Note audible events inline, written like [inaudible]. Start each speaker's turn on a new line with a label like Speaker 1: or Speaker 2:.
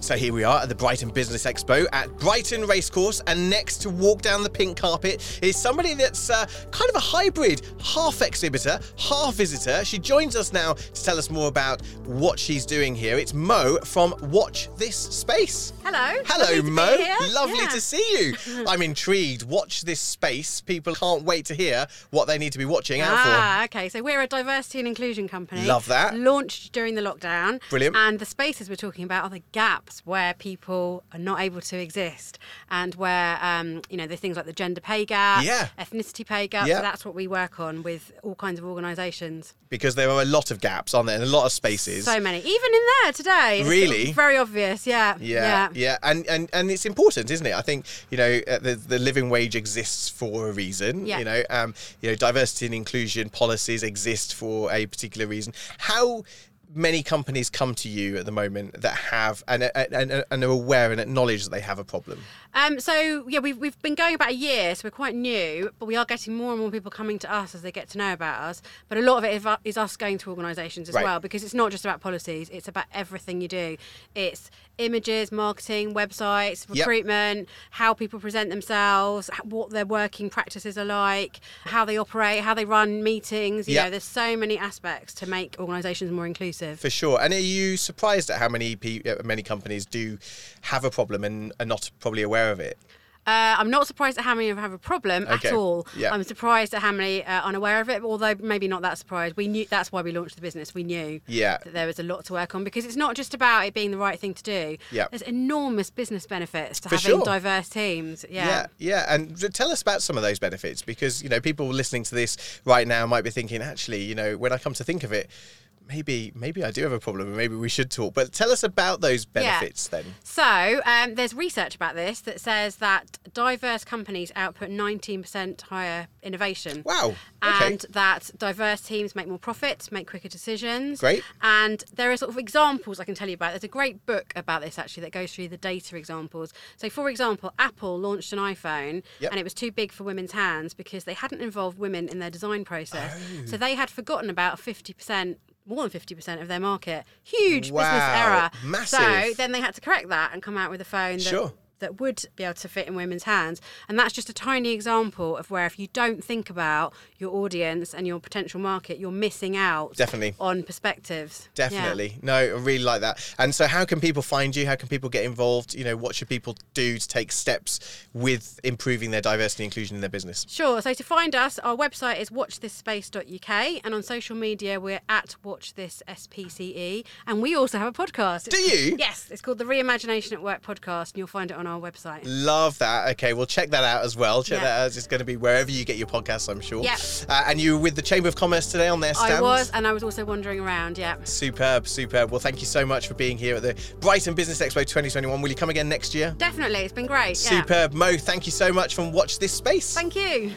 Speaker 1: So here we are at the Brighton Business Expo at Brighton Racecourse, and next to walk down the pink carpet is somebody that's uh, kind of a hybrid, half exhibitor, half visitor. She joins us now to tell us more about what she's doing here. It's Mo from Watch This Space.
Speaker 2: Hello.
Speaker 1: Hello,
Speaker 2: Lovely to be
Speaker 1: Mo.
Speaker 2: here.
Speaker 1: Lovely
Speaker 2: Yeah.
Speaker 1: to see
Speaker 2: [laughs]
Speaker 1: you. I'm intrigued. Watch this space. People can't wait to hear what they need to be watching out for.
Speaker 2: Ah, okay. So we're a diversity and inclusion company.
Speaker 1: Love that.
Speaker 2: Launched during the lockdown.
Speaker 1: Brilliant.
Speaker 2: And the spaces we're talking about are the gaps where people are not able to exist, and where um, you know there's things like the gender pay gap,
Speaker 1: Yeah.
Speaker 2: ethnicity pay gap.
Speaker 1: Yeah.
Speaker 2: So that's what we work on with all kinds of organisations.
Speaker 1: Because there are a lot of gaps, aren't there? And a lot of spaces.
Speaker 2: So many, even in there today. It's
Speaker 1: Really?
Speaker 2: very obvious. Yeah.
Speaker 1: Yeah, yeah, and and and it's important, isn't it? I think you know uh, the the living wage exists for a reason.
Speaker 2: Yeah.
Speaker 1: You know, um, you know, diversity and inclusion policies exist for a particular reason. How many companies come to you at the moment that have and and, and, and are aware and acknowledge that they have a problem?
Speaker 2: Um, so yeah, we've we've been going about a year, so we're quite new, but we are getting more and more people coming to us as they get to know about us. But a lot of it is, is us going to organisations as
Speaker 1: Right.
Speaker 2: well, because it's not just about policies; it's about everything you do. It's images, marketing, websites,
Speaker 1: Yep.
Speaker 2: recruitment, how people present themselves, h- what their working practices are like, how they operate, how they run meetings. You
Speaker 1: Yep.
Speaker 2: know, there's so many aspects to make organisations more inclusive.
Speaker 1: For sure. And are you surprised at how many pe- uh, many companies do have a problem and are not probably aware of it?
Speaker 2: Uh, I'm not surprised at how many have a problem
Speaker 1: Okay.
Speaker 2: at all.
Speaker 1: Yeah.
Speaker 2: I'm surprised at how many are unaware of it, although maybe not that surprised. We knew that's why we launched the business. We knew
Speaker 1: Yeah.
Speaker 2: that there was a lot to work on because it's not just about it being the right thing to do.
Speaker 1: Yeah.
Speaker 2: There's enormous business benefits to
Speaker 1: For
Speaker 2: having
Speaker 1: sure.
Speaker 2: diverse teams. Yeah.
Speaker 1: Yeah, yeah, and j- tell us about some of those benefits because you know people listening to this right now might be thinking, actually, you know, when I come to think of it, maybe maybe I do have a problem, and maybe we should talk. But tell us about those benefits then.
Speaker 2: So um, there's research about this that says that diverse companies output 19% higher innovation.
Speaker 1: Wow. Okay.
Speaker 2: And that diverse teams make more profits, make quicker decisions.
Speaker 1: Great.
Speaker 2: And there are sort of examples I can tell you about. There's a great book about this actually that goes through the data examples. So, for example, Apple launched an iPhone
Speaker 1: Yep.
Speaker 2: and it was too big for women's hands because they hadn't involved women in their design process.
Speaker 1: Oh.
Speaker 2: So they had forgotten about 50%. More than 50% of their market. Huge business
Speaker 1: Wow.
Speaker 2: error. So
Speaker 1: Massive.
Speaker 2: then they had to correct that and come out with a phone that,
Speaker 1: Sure.
Speaker 2: that would be able to fit in women's hands. And that's just a tiny example of where if you don't think about your audience and your potential market, you're missing out
Speaker 1: Definitely.
Speaker 2: on perspectives. Yeah.
Speaker 1: Definitely. No, I really like that. And so, how can people find you? How can people get involved? You know, what should people do to take steps with improving their diversity and inclusion in their business?
Speaker 2: Sure. So to find us, our website is watchthispace.uk and on social media we're at watchthisspce and we also have a podcast.
Speaker 1: Do you?
Speaker 2: [laughs] Yes, it's called the Reimagination at Work podcast and you'll find it on our website.
Speaker 1: Love that. Okay, well, check that out as well. Check
Speaker 2: Yeah.
Speaker 1: that out. It's going to be wherever you get your podcasts, I'm sure.
Speaker 2: Yeah.
Speaker 1: Uh, and you were with the Chamber of Commerce today on their stand?
Speaker 2: I was and I was also wandering around, yeah.
Speaker 1: Superb, superb. Well, thank you so much for being here at the Brighton Business Expo 2021. Will you come again next year?
Speaker 2: Definitely, it's been great. Yeah.
Speaker 1: Superb. Mo, thank you so much from Watch This Space.
Speaker 2: Thank you.